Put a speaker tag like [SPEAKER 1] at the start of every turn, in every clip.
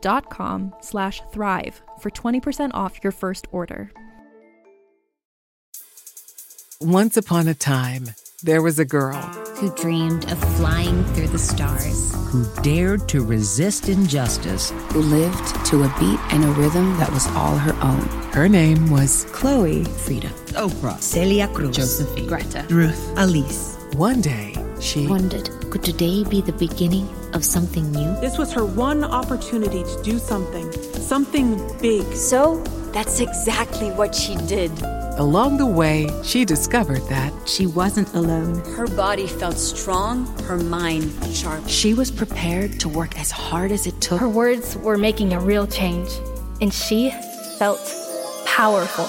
[SPEAKER 1] dot com slash thrive for 20% off your first order.
[SPEAKER 2] Once upon a time, there was a girl
[SPEAKER 3] who dreamed of flying through the stars,
[SPEAKER 4] who dared to resist injustice,
[SPEAKER 5] who lived to a beat and a rhythm that was all her own.
[SPEAKER 2] Her name was
[SPEAKER 6] Chloe, Frida,
[SPEAKER 7] Oprah,
[SPEAKER 8] Celia Cruz,
[SPEAKER 7] Josephine,
[SPEAKER 8] Greta,
[SPEAKER 7] Ruth,
[SPEAKER 8] Elise.
[SPEAKER 2] One day, she
[SPEAKER 3] wondered could today be the beginning of something new?
[SPEAKER 9] This was her one opportunity to do something, something big.
[SPEAKER 10] So that's exactly what she did.
[SPEAKER 2] Along the way, she discovered that
[SPEAKER 11] she wasn't alone.
[SPEAKER 10] Her body felt strong, her mind sharp.
[SPEAKER 12] She was prepared to work as hard as it took.
[SPEAKER 13] Her words were making a real change, and she felt powerful.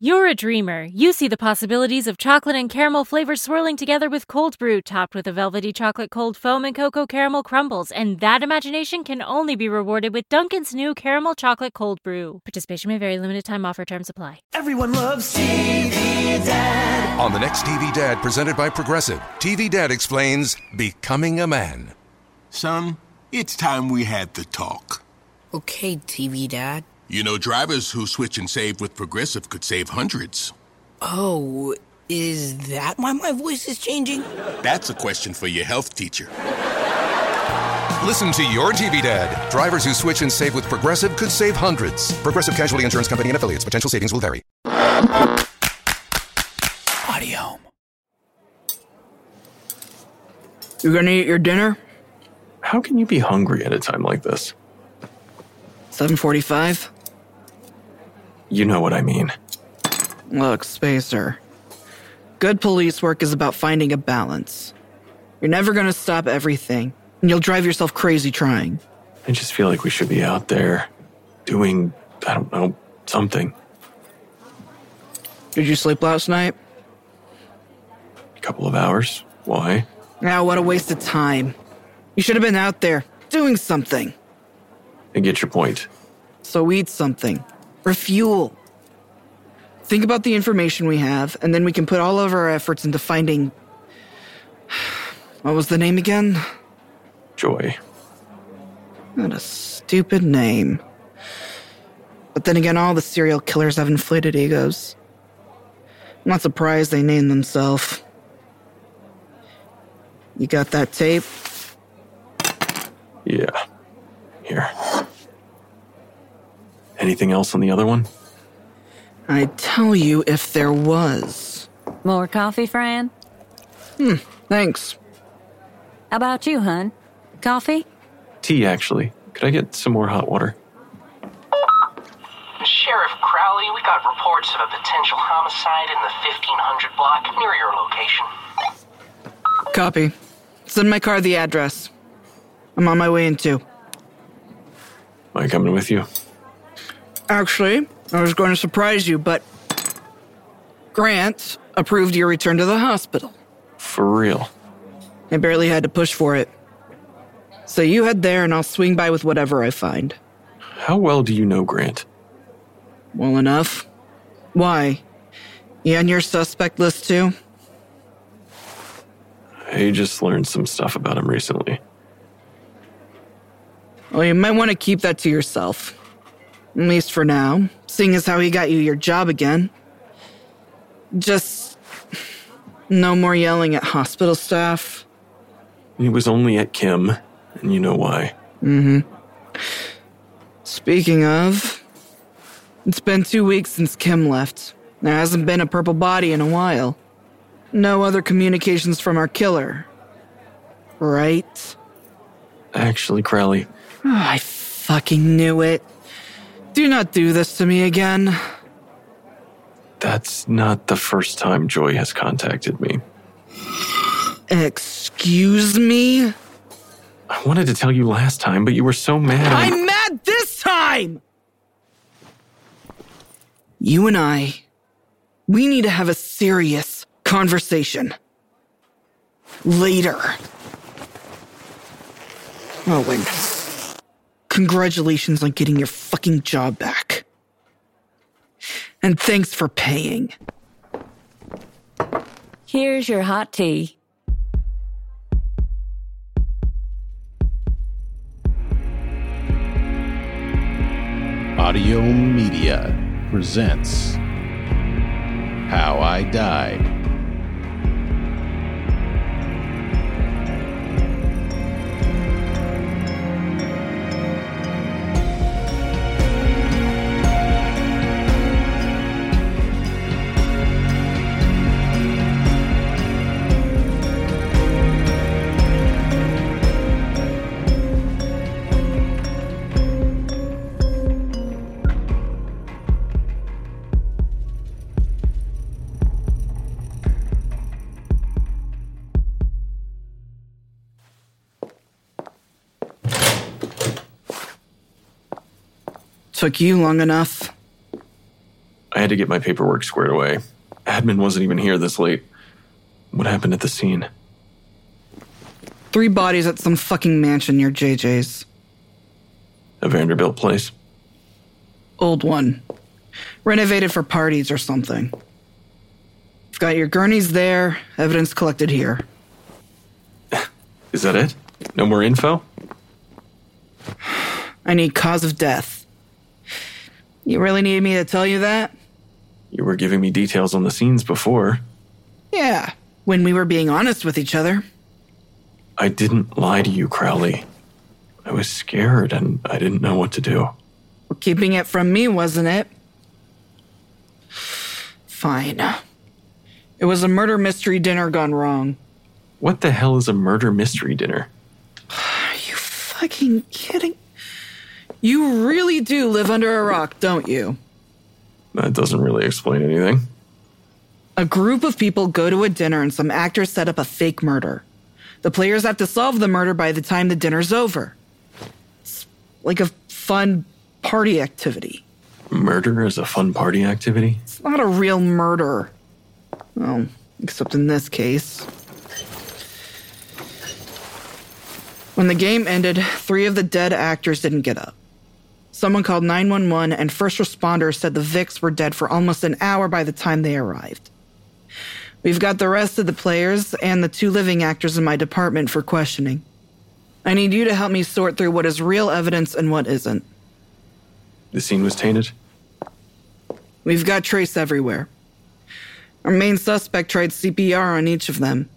[SPEAKER 5] You're a dreamer. You see the possibilities of chocolate and caramel flavors swirling together with cold brew topped with a velvety chocolate cold foam and cocoa caramel crumbles, and that imagination can only be rewarded with Dunkin's new caramel chocolate cold brew. Participation may vary, limited time offer terms apply.
[SPEAKER 12] Everyone loves TV Dad.
[SPEAKER 13] On the next TV Dad presented by Progressive, TV Dad explains becoming a man.
[SPEAKER 3] Son, it's time we had the talk.
[SPEAKER 9] Okay, TV Dad.
[SPEAKER 3] You know, drivers who switch and save with Progressive could save hundreds.
[SPEAKER 9] Oh, is that why my voice is changing?
[SPEAKER 3] That's a question for your health teacher.
[SPEAKER 13] Listen to your TV dad. Drivers who switch and save with Progressive could save hundreds. Progressive Casualty Insurance Company and affiliates. Potential savings will vary.
[SPEAKER 2] Audio.
[SPEAKER 10] You gonna eat your dinner?
[SPEAKER 11] How can you be hungry at a time like this?
[SPEAKER 10] 745?
[SPEAKER 11] You know what I mean.
[SPEAKER 10] Look, Spacer. Good police work is about finding a balance. You're never going to stop everything, and you'll drive yourself crazy trying.
[SPEAKER 11] I just feel like we should be out there doing, I don't know, something.
[SPEAKER 10] Did you sleep last night?
[SPEAKER 11] A couple of hours. Why?
[SPEAKER 10] Now, oh, what a waste of time. You should have been out there doing something.
[SPEAKER 11] I get your point.
[SPEAKER 10] So eat something. Refuel. Think about the information we have, and then we can put all of our efforts into finding. What was the name again?
[SPEAKER 11] Joy.
[SPEAKER 10] What a stupid name. But then again, all the serial killers have inflated egos. I'm not surprised they name themselves. You got that tape?
[SPEAKER 11] Yeah. Here. Anything else on the other one?
[SPEAKER 10] I tell you if there was.
[SPEAKER 7] More coffee, Fran?
[SPEAKER 10] Hmm, thanks.
[SPEAKER 7] How about you, hun? Coffee?
[SPEAKER 11] Tea, actually. Could I get some more hot water?
[SPEAKER 14] Sheriff Crowley, we got reports of a potential homicide in the 1500 block near your location.
[SPEAKER 10] Copy. Send my car the address. I'm on my way in two.
[SPEAKER 11] Am I coming with you?
[SPEAKER 10] Actually, I was going to surprise you, but Grant approved your return to the hospital.
[SPEAKER 11] For real.
[SPEAKER 10] I barely had to push for it. So you head there, and I'll swing by with whatever I find.
[SPEAKER 11] How well do you know Grant?
[SPEAKER 10] Well enough. Why? You on your suspect list too?
[SPEAKER 11] I just learned some stuff about him recently.
[SPEAKER 10] Well, you might want to keep that to yourself. At least for now, seeing as how he got you your job again. Just no more yelling at hospital staff.
[SPEAKER 11] It was only at Kim, and you know why.
[SPEAKER 10] Mm hmm. Speaking of, it's been two weeks since Kim left. There hasn't been a purple body in a while. No other communications from our killer. Right?
[SPEAKER 11] Actually, Crowley.
[SPEAKER 10] Oh, I fucking knew it. Do not do this to me again.
[SPEAKER 11] That's not the first time Joy has contacted me.
[SPEAKER 10] Excuse me?
[SPEAKER 11] I wanted to tell you last time, but you were so mad.
[SPEAKER 10] I- I'm mad this time! You and I, we need to have a serious conversation. Later. Oh, Owen, congratulations on getting your fucking job back. And thanks for paying.
[SPEAKER 7] Here's your hot tea.
[SPEAKER 8] Audio Media presents How I Died.
[SPEAKER 10] took you long enough.
[SPEAKER 11] I had to get my paperwork squared away. Admin wasn't even here this late. What happened at the scene?
[SPEAKER 10] Three bodies at some fucking mansion near JJ's.
[SPEAKER 11] A Vanderbilt place?
[SPEAKER 10] Old one. Renovated for parties or something. You've got your gurneys there, evidence collected here.
[SPEAKER 11] Is that it? No more info?
[SPEAKER 10] I need cause of death. You really need me to tell you that?
[SPEAKER 11] You were giving me details on the scenes before.
[SPEAKER 10] Yeah, when we were being honest with each other.
[SPEAKER 11] I didn't lie to you, Crowley. I was scared and I didn't know what to do.
[SPEAKER 10] Well, keeping it from me, wasn't it? Fine. It was a murder mystery dinner gone wrong.
[SPEAKER 11] What the hell is a murder mystery dinner?
[SPEAKER 10] Are you fucking kidding? You really do live under a rock, don't you?
[SPEAKER 11] That doesn't really explain anything.
[SPEAKER 10] A group of people go to a dinner and some actors set up a fake murder. The players have to solve the murder by the time the dinner's over. It's like a fun party activity.
[SPEAKER 11] Murder is a fun party activity?
[SPEAKER 10] It's not a real murder. Well, except in this case. When the game ended, three of the dead actors didn't get up. Someone called 911, and first responders said the Vicks were dead for almost an hour by the time they arrived. We've got the rest of the players and the two living actors in my department for questioning. I need you to help me sort through what is real evidence and what isn't.
[SPEAKER 11] The scene was tainted?
[SPEAKER 10] We've got trace everywhere. Our main suspect tried CPR on each of them.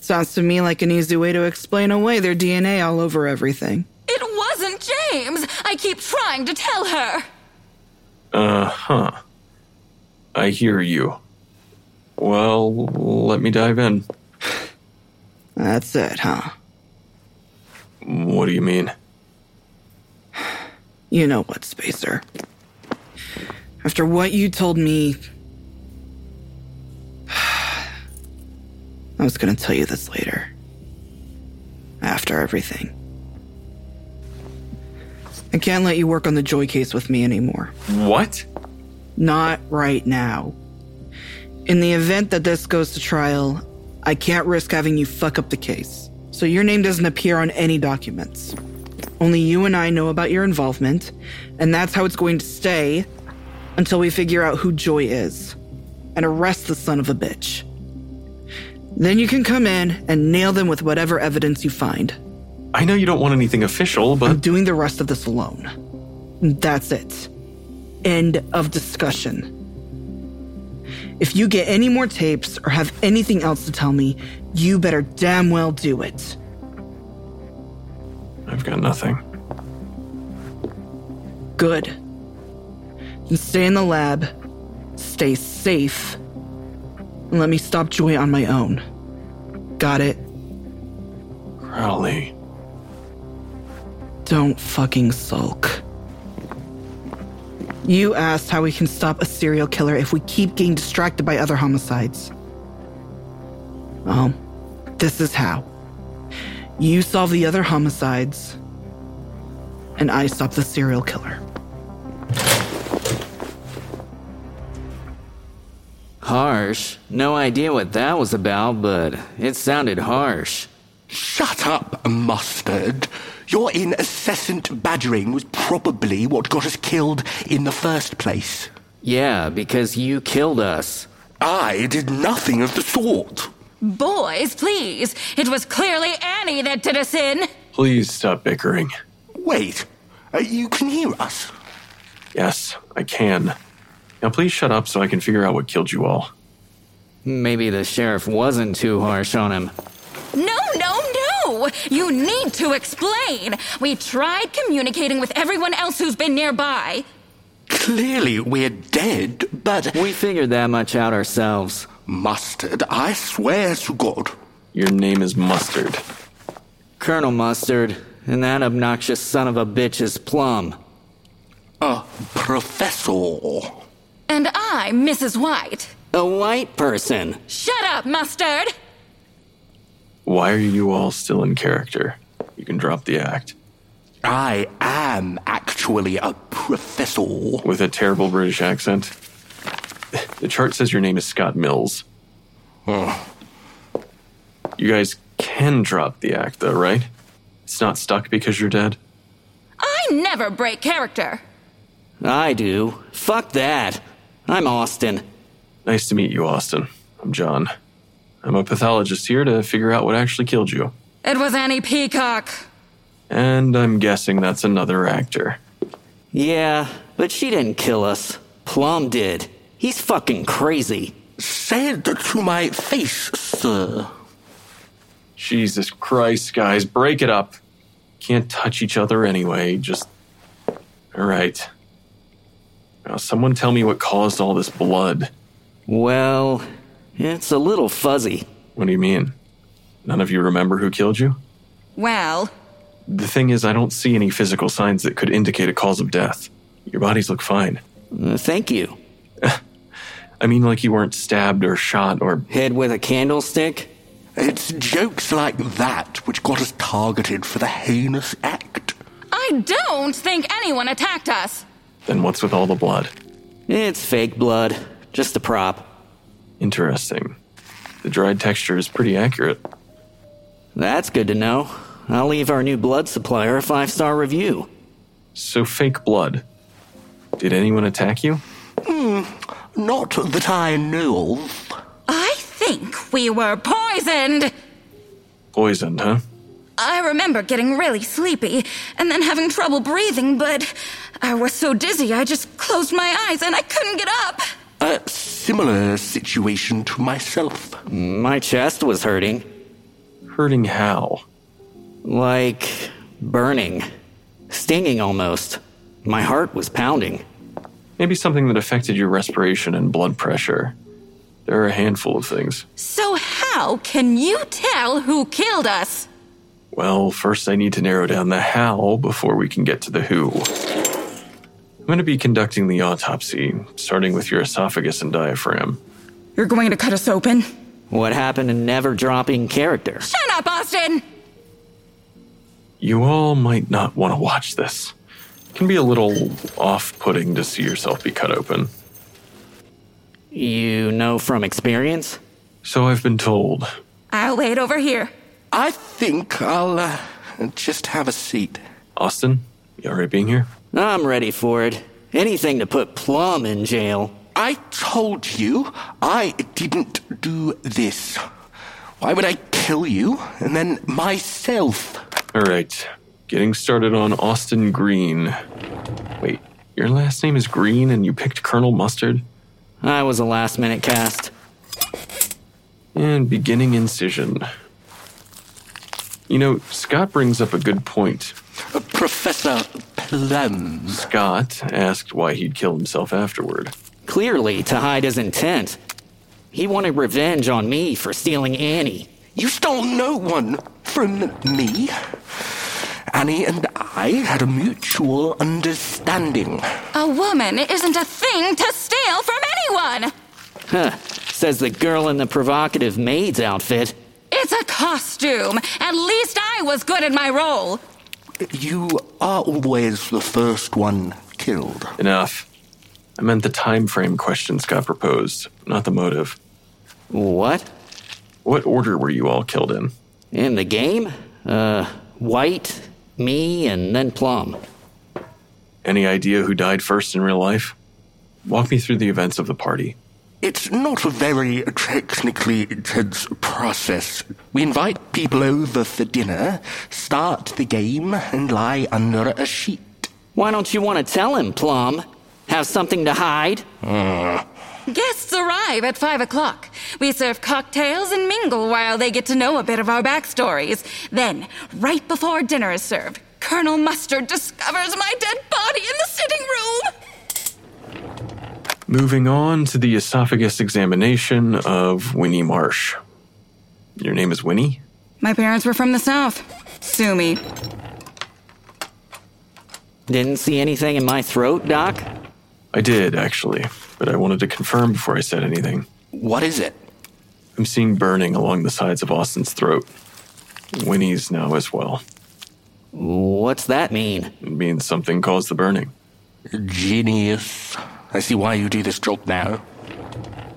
[SPEAKER 10] Sounds to me like an easy way to explain away their DNA all over everything.
[SPEAKER 15] It wasn't James! I keep trying to tell her!
[SPEAKER 11] Uh
[SPEAKER 16] Uh-huh.
[SPEAKER 11] huh. I hear you. Well, let me dive in.
[SPEAKER 10] That's it, huh?
[SPEAKER 11] What do you mean?
[SPEAKER 10] You know what, Spacer. After what you told me, I was going to tell you this later. After everything. I can't let you work on the Joy case with me anymore.
[SPEAKER 16] What?
[SPEAKER 10] Not right now. In the event that this goes to trial, I can't risk having you fuck up the case. So your name doesn't appear on any documents. Only you and I know about your involvement, and that's how it's going to stay until we figure out who Joy is and arrest the son of a bitch. Then you can come in and nail them with whatever evidence you find.
[SPEAKER 16] I know you don't want anything official, but.
[SPEAKER 10] I'm doing the rest of this alone. That's it. End of discussion. If you get any more tapes or have anything else to tell me, you better damn well do it.
[SPEAKER 16] I've got nothing.
[SPEAKER 10] Good. You stay in the lab, stay safe, and let me stop Joy on my own. Got it?
[SPEAKER 16] Crowley.
[SPEAKER 10] Don't fucking sulk. You asked how we can stop a serial killer if we keep getting distracted by other homicides. Well, this is how. You solve the other homicides, and I stop the serial killer.
[SPEAKER 11] Harsh? No idea what that was about, but it sounded harsh.
[SPEAKER 17] Shut up, mustard. Your incessant badgering was probably what got us killed in the first place.
[SPEAKER 11] Yeah, because you killed us.
[SPEAKER 17] I did nothing of the sort.
[SPEAKER 18] Boys, please. It was clearly Annie that did us in.
[SPEAKER 16] Please stop bickering.
[SPEAKER 17] Wait, uh, you can hear us?
[SPEAKER 16] Yes, I can. Now please shut up so I can figure out what killed you all.
[SPEAKER 11] Maybe the sheriff wasn't too harsh on him.
[SPEAKER 18] No, no, no! You need to explain! We tried communicating with everyone else who's been nearby.
[SPEAKER 17] Clearly, we're dead, but.
[SPEAKER 11] We figured that much out ourselves.
[SPEAKER 17] Mustard, I swear to God.
[SPEAKER 16] Your name is Mustard.
[SPEAKER 11] Colonel Mustard, and that obnoxious son of a bitch is Plum.
[SPEAKER 17] A professor.
[SPEAKER 18] And I, Mrs. White.
[SPEAKER 11] A white person.
[SPEAKER 18] Shut up, Mustard!
[SPEAKER 16] Why are you all still in character? You can drop the act.
[SPEAKER 17] I am actually a professor.
[SPEAKER 16] With a terrible British accent. The chart says your name is Scott Mills.
[SPEAKER 17] Oh.
[SPEAKER 16] You guys can drop the act, though, right? It's not stuck because you're dead?
[SPEAKER 18] I never break character.
[SPEAKER 11] I do. Fuck that. I'm Austin.
[SPEAKER 16] Nice to meet you, Austin. I'm John. I'm a pathologist here to figure out what actually killed you.
[SPEAKER 18] It was Annie Peacock.
[SPEAKER 16] And I'm guessing that's another actor.
[SPEAKER 11] Yeah, but she didn't kill us. Plum did. He's fucking crazy.
[SPEAKER 17] Say it to my face, sir.
[SPEAKER 16] Jesus Christ, guys, break it up. Can't touch each other anyway, just. Alright. Now, someone tell me what caused all this blood.
[SPEAKER 11] Well, it's a little fuzzy.
[SPEAKER 16] What do you mean? None of you remember who killed you?
[SPEAKER 18] Well,
[SPEAKER 16] the thing is, I don't see any physical signs that could indicate a cause of death. Your bodies look fine.
[SPEAKER 11] Uh, thank you.
[SPEAKER 16] I mean, like you weren't stabbed or shot or
[SPEAKER 11] hit with a candlestick.
[SPEAKER 17] It's jokes like that which got us targeted for the heinous act.
[SPEAKER 18] I don't think anyone attacked us.
[SPEAKER 16] Then what's with all the blood?
[SPEAKER 11] It's fake blood, just a prop.
[SPEAKER 16] Interesting. The dried texture is pretty accurate.
[SPEAKER 11] That's good to know. I'll leave our new blood supplier a five star review.
[SPEAKER 16] So, fake blood. Did anyone attack you?
[SPEAKER 17] Hmm, not that I know of.
[SPEAKER 18] I think we were poisoned.
[SPEAKER 16] Poisoned, huh?
[SPEAKER 18] I remember getting really sleepy and then having trouble breathing, but I was so dizzy I just closed my eyes and I couldn't get up.
[SPEAKER 17] A similar situation to myself.
[SPEAKER 11] My chest was hurting.
[SPEAKER 16] Hurting how?
[SPEAKER 11] Like burning, stinging almost. My heart was pounding.
[SPEAKER 16] Maybe something that affected your respiration and blood pressure. There are a handful of things.
[SPEAKER 18] So, how can you tell who killed us?
[SPEAKER 16] Well, first I need to narrow down the how before we can get to the who. I'm going to be conducting the autopsy, starting with your esophagus and diaphragm.
[SPEAKER 19] You're going to cut us open?
[SPEAKER 11] What happened to never dropping character?
[SPEAKER 18] Shut up, Austin!
[SPEAKER 16] You all might not want to watch this.
[SPEAKER 11] can be a little off putting to see yourself be cut open.
[SPEAKER 16] You know from experience?
[SPEAKER 11] So I've been told.
[SPEAKER 15] I'll wait over here.
[SPEAKER 20] I think I'll uh, just have a seat.
[SPEAKER 11] Austin, you alright being here?
[SPEAKER 16] I'm ready for it. Anything to put Plum in jail.
[SPEAKER 20] I told you I didn't do this. Why would I kill you and then myself?
[SPEAKER 11] Alright, getting started on Austin Green. Wait, your last name is Green and you picked Colonel Mustard?
[SPEAKER 16] I was a last minute cast.
[SPEAKER 11] And beginning incision. You know, Scott brings up a good point.
[SPEAKER 20] Uh, Professor Plum.
[SPEAKER 11] Scott asked why he'd kill himself afterward.
[SPEAKER 16] Clearly, to hide his intent. He wanted revenge on me for stealing Annie.
[SPEAKER 20] You stole no one from me. Annie and I had a mutual understanding.
[SPEAKER 15] A woman isn't a thing to steal from anyone!
[SPEAKER 16] Huh. Says the girl in the provocative maid's outfit.
[SPEAKER 15] It's a costume. At least I was good at my role.
[SPEAKER 20] You are always the first one killed.
[SPEAKER 11] Enough. I meant the time frame question Scott proposed, not the motive.
[SPEAKER 16] What?
[SPEAKER 11] What order were you all killed in?
[SPEAKER 16] In the game? Uh, White, me, and then Plum.
[SPEAKER 11] Any idea who died first in real life? Walk me through the events of the party.
[SPEAKER 20] It's not a very technically intense process. We invite people over for dinner, start the game, and lie under a sheet.
[SPEAKER 16] Why don't you want to tell him, Plum? Have something to hide?
[SPEAKER 20] Mm.
[SPEAKER 15] Guests arrive at 5 o'clock. We serve cocktails and mingle while they get to know a bit of our backstories. Then, right before dinner is served, Colonel Mustard discovers my dead body in the sitting room.
[SPEAKER 11] Moving on to the esophagus examination of Winnie Marsh. Your name is Winnie?
[SPEAKER 15] My parents were from the South. Sue me.
[SPEAKER 16] Didn't see anything in my throat, Doc?
[SPEAKER 11] I did, actually, but I wanted to confirm before I said anything.
[SPEAKER 20] What is it?
[SPEAKER 11] I'm seeing burning along the sides of Austin's throat. Winnie's now as well.
[SPEAKER 16] What's that mean?
[SPEAKER 11] It means something caused the burning.
[SPEAKER 20] Genius. I see why you do this job now.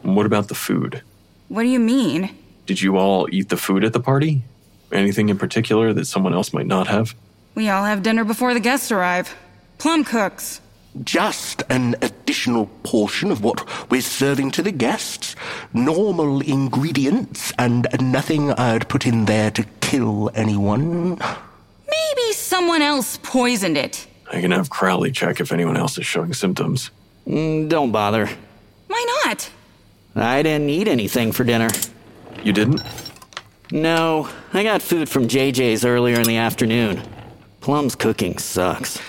[SPEAKER 11] And what about the food?
[SPEAKER 15] What do you mean?
[SPEAKER 11] Did you all eat the food at the party? Anything in particular that someone else might not have?
[SPEAKER 15] We all have dinner before the guests arrive. Plum cooks.
[SPEAKER 20] Just an additional portion of what we're serving to the guests. Normal ingredients and nothing I'd put in there to kill anyone.
[SPEAKER 15] Maybe someone else poisoned it.
[SPEAKER 11] I can have Crowley check if anyone else is showing symptoms.
[SPEAKER 16] Mm, don't bother.
[SPEAKER 15] Why not?
[SPEAKER 16] I didn't eat anything for dinner.
[SPEAKER 11] You didn't?
[SPEAKER 16] No, I got food from JJ's earlier in the afternoon. Plum's cooking sucks.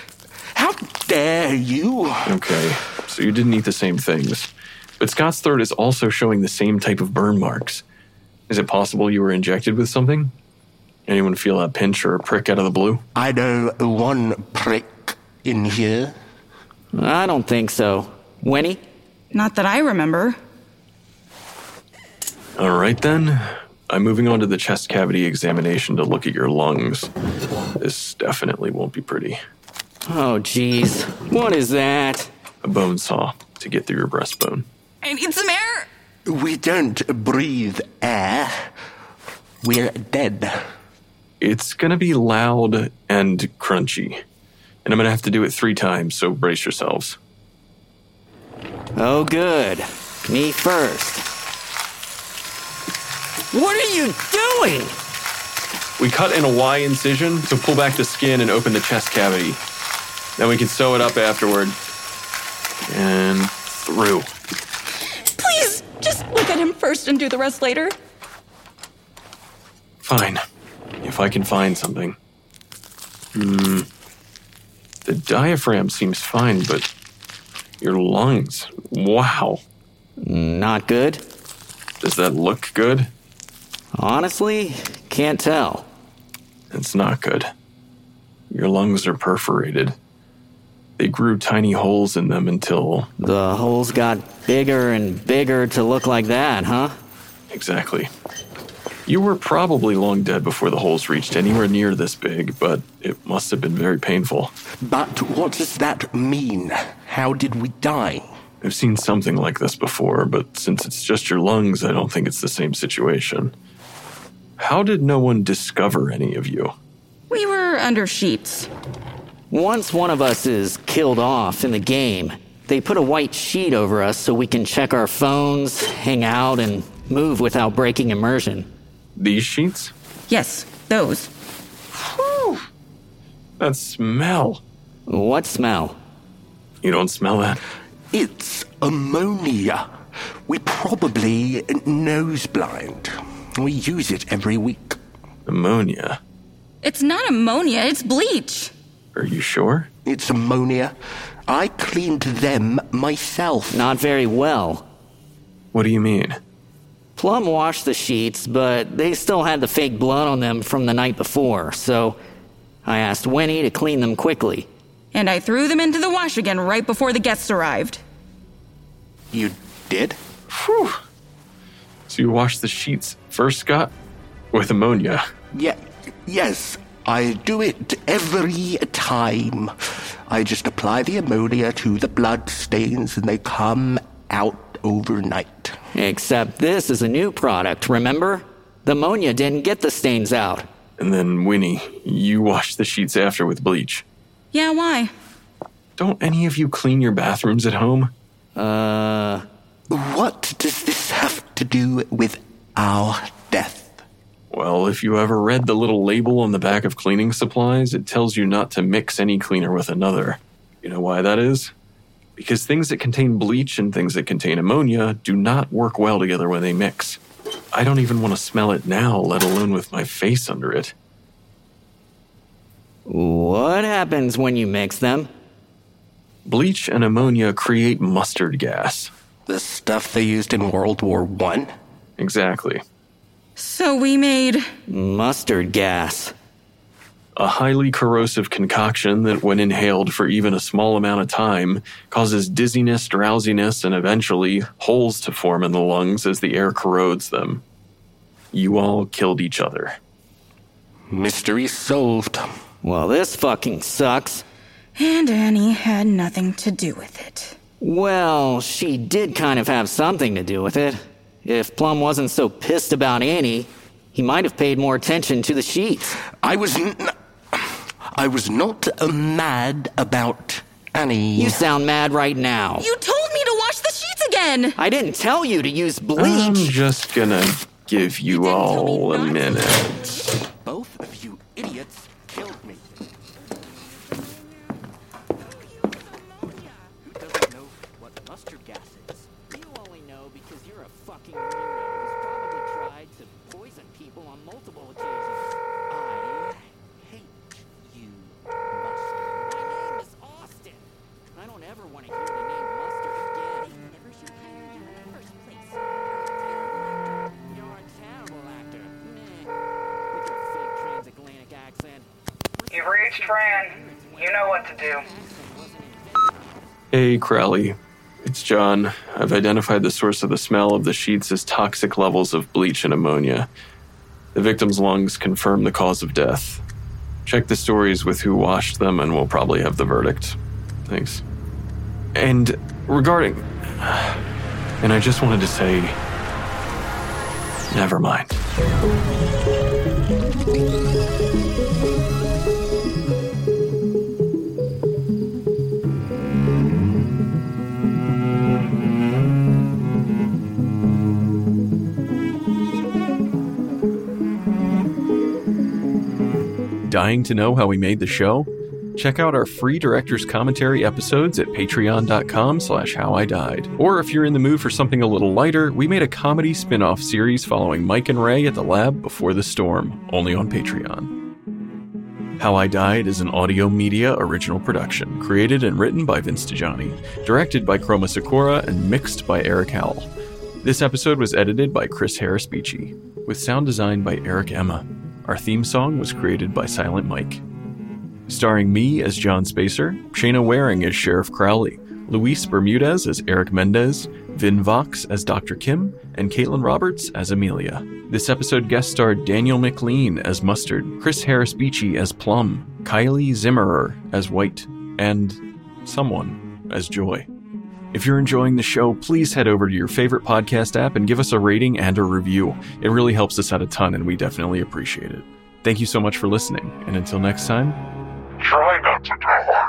[SPEAKER 20] How dare you?
[SPEAKER 11] Okay, so you didn't eat the same things. But Scott's throat is also showing the same type of burn marks. Is it possible you were injected with something? Anyone feel a pinch or a prick out of the blue?
[SPEAKER 20] I know one prick in here.
[SPEAKER 16] I don't think so. Winnie?
[SPEAKER 15] Not that I remember.
[SPEAKER 11] All right then. I'm moving on to the chest cavity examination to look at your lungs. This definitely won't be pretty.
[SPEAKER 16] Oh, jeez. What is that?
[SPEAKER 11] A bone saw to get through your breastbone.
[SPEAKER 15] I need some air.
[SPEAKER 20] We don't breathe air. We're dead.
[SPEAKER 11] It's gonna be loud and crunchy and I'm going to have to do it three times, so brace yourselves.
[SPEAKER 16] Oh, good. Me first. What are you doing?
[SPEAKER 11] We cut in a Y incision to pull back the skin and open the chest cavity. Then we can sew it up afterward. And through.
[SPEAKER 15] Please, just look at him first and do the rest later.
[SPEAKER 11] Fine. If I can find something. Hmm. The diaphragm seems fine, but your lungs. Wow.
[SPEAKER 16] Not good.
[SPEAKER 11] Does that look good?
[SPEAKER 16] Honestly, can't tell.
[SPEAKER 11] It's not good. Your lungs are perforated. They grew tiny holes in them until.
[SPEAKER 16] The holes got bigger and bigger to look like that, huh?
[SPEAKER 11] Exactly. You were probably long dead before the holes reached anywhere near this big, but it must have been very painful.
[SPEAKER 20] But what does that mean? How did we die?
[SPEAKER 11] I've seen something like this before, but since it's just your lungs, I don't think it's the same situation. How did no one discover any of you?
[SPEAKER 15] We were under sheets.
[SPEAKER 16] Once one of us is killed off in the game, they put a white sheet over us so we can check our phones, hang out, and move without breaking immersion.
[SPEAKER 11] These sheets?
[SPEAKER 15] Yes, those.
[SPEAKER 11] Whew. That smell.
[SPEAKER 16] What smell?
[SPEAKER 11] You don't smell that?
[SPEAKER 20] It's ammonia. We probably nose blind. We use it every week.
[SPEAKER 11] Ammonia?
[SPEAKER 15] It's not ammonia, it's bleach.
[SPEAKER 11] Are you sure?
[SPEAKER 20] It's ammonia. I cleaned them myself.
[SPEAKER 16] Not very well.
[SPEAKER 11] What do you mean?
[SPEAKER 16] Plum washed the sheets, but they still had the fake blood on them from the night before, so I asked Winnie to clean them quickly.
[SPEAKER 15] And I threw them into the wash again right before the guests arrived.
[SPEAKER 20] You did?
[SPEAKER 11] Whew. So you washed the sheets first, Scott? With ammonia?
[SPEAKER 20] Yeah, yes, I do it every time. I just apply the ammonia to the blood stains and they come out overnight.
[SPEAKER 16] Except this is a new product, remember? The ammonia didn't get the stains out.
[SPEAKER 11] And then, Winnie, you washed the sheets after with bleach.
[SPEAKER 15] Yeah, why?
[SPEAKER 11] Don't any of you clean your bathrooms at home?
[SPEAKER 16] Uh.
[SPEAKER 20] What does this have to do with our death?
[SPEAKER 11] Well, if you ever read the little label on the back of cleaning supplies, it tells you not to mix any cleaner with another. You know why that is? because things that contain bleach and things that contain ammonia do not work well together when they mix. I don't even want to smell it now, let alone with my face under it.
[SPEAKER 16] What happens when you mix them?
[SPEAKER 11] Bleach and ammonia create mustard gas.
[SPEAKER 20] The stuff they used in World War One.
[SPEAKER 11] Exactly.
[SPEAKER 15] So we made
[SPEAKER 16] mustard gas
[SPEAKER 11] a highly corrosive concoction that, when inhaled for even a small amount of time, causes dizziness, drowsiness, and eventually holes to form in the lungs as the air corrodes them. You all killed each other.
[SPEAKER 20] Mystery solved.
[SPEAKER 16] Well, this fucking sucks.
[SPEAKER 15] And Annie had nothing to do with it.
[SPEAKER 16] Well, she did kind of have something to do with it. If Plum wasn't so pissed about Annie, he might have paid more attention to the sheets.
[SPEAKER 20] I was. N- I was not uh, mad about Annie.
[SPEAKER 16] You sound mad right now.
[SPEAKER 15] You told me to wash the sheets again.
[SPEAKER 16] I didn't tell you to use bleach. I'm
[SPEAKER 11] just gonna give you, you all a minute.
[SPEAKER 20] Both of you idiots killed me.
[SPEAKER 21] You've reached Fran. You know what to do.
[SPEAKER 11] Hey, Crowley. It's John. I've identified the source of the smell of the sheets as toxic levels of bleach and ammonia. The victim's lungs confirm the cause of death. Check the stories with who washed them, and we'll probably have the verdict. Thanks. And regarding. And I just wanted to say. Never mind. Dying to know how we made the show? Check out our free director's commentary episodes at patreon.com slash how I died. Or if you're in the mood for something a little lighter, we made a comedy spin-off series following Mike and Ray at the lab before the storm, only on Patreon. How I Died is an audio media original production, created and written by Vince DiGianni, directed by Chroma Sakura, and mixed by Eric Howell. This episode was edited by Chris Harris Beachy, with sound design by Eric Emma. Our theme song was created by Silent Mike. Starring me as John Spacer, Shayna Waring as Sheriff Crowley, Luis Bermudez as Eric Mendez, Vin Vox as Dr. Kim, and Caitlin Roberts as Amelia. This episode guest starred Daniel McLean as Mustard, Chris Harris Beachy as Plum, Kylie Zimmerer as White, and someone as Joy. If you're enjoying the show, please head over to your favorite podcast app and give us a rating and a review. It really helps us out a ton, and we definitely appreciate it. Thank you so much for listening, and until next time,
[SPEAKER 22] try not to die.